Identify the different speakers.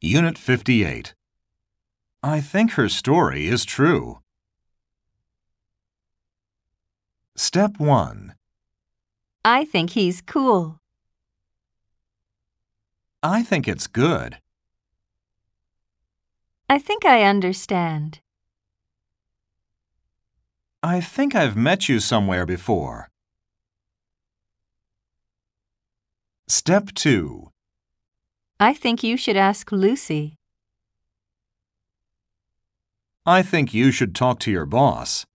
Speaker 1: Unit 58. I think her story is true. Step 1.
Speaker 2: I think he's cool.
Speaker 1: I think it's good.
Speaker 2: I think I understand.
Speaker 1: I think I've met you somewhere before. Step 2.
Speaker 2: I think you should ask Lucy.
Speaker 1: I think you should talk to your boss.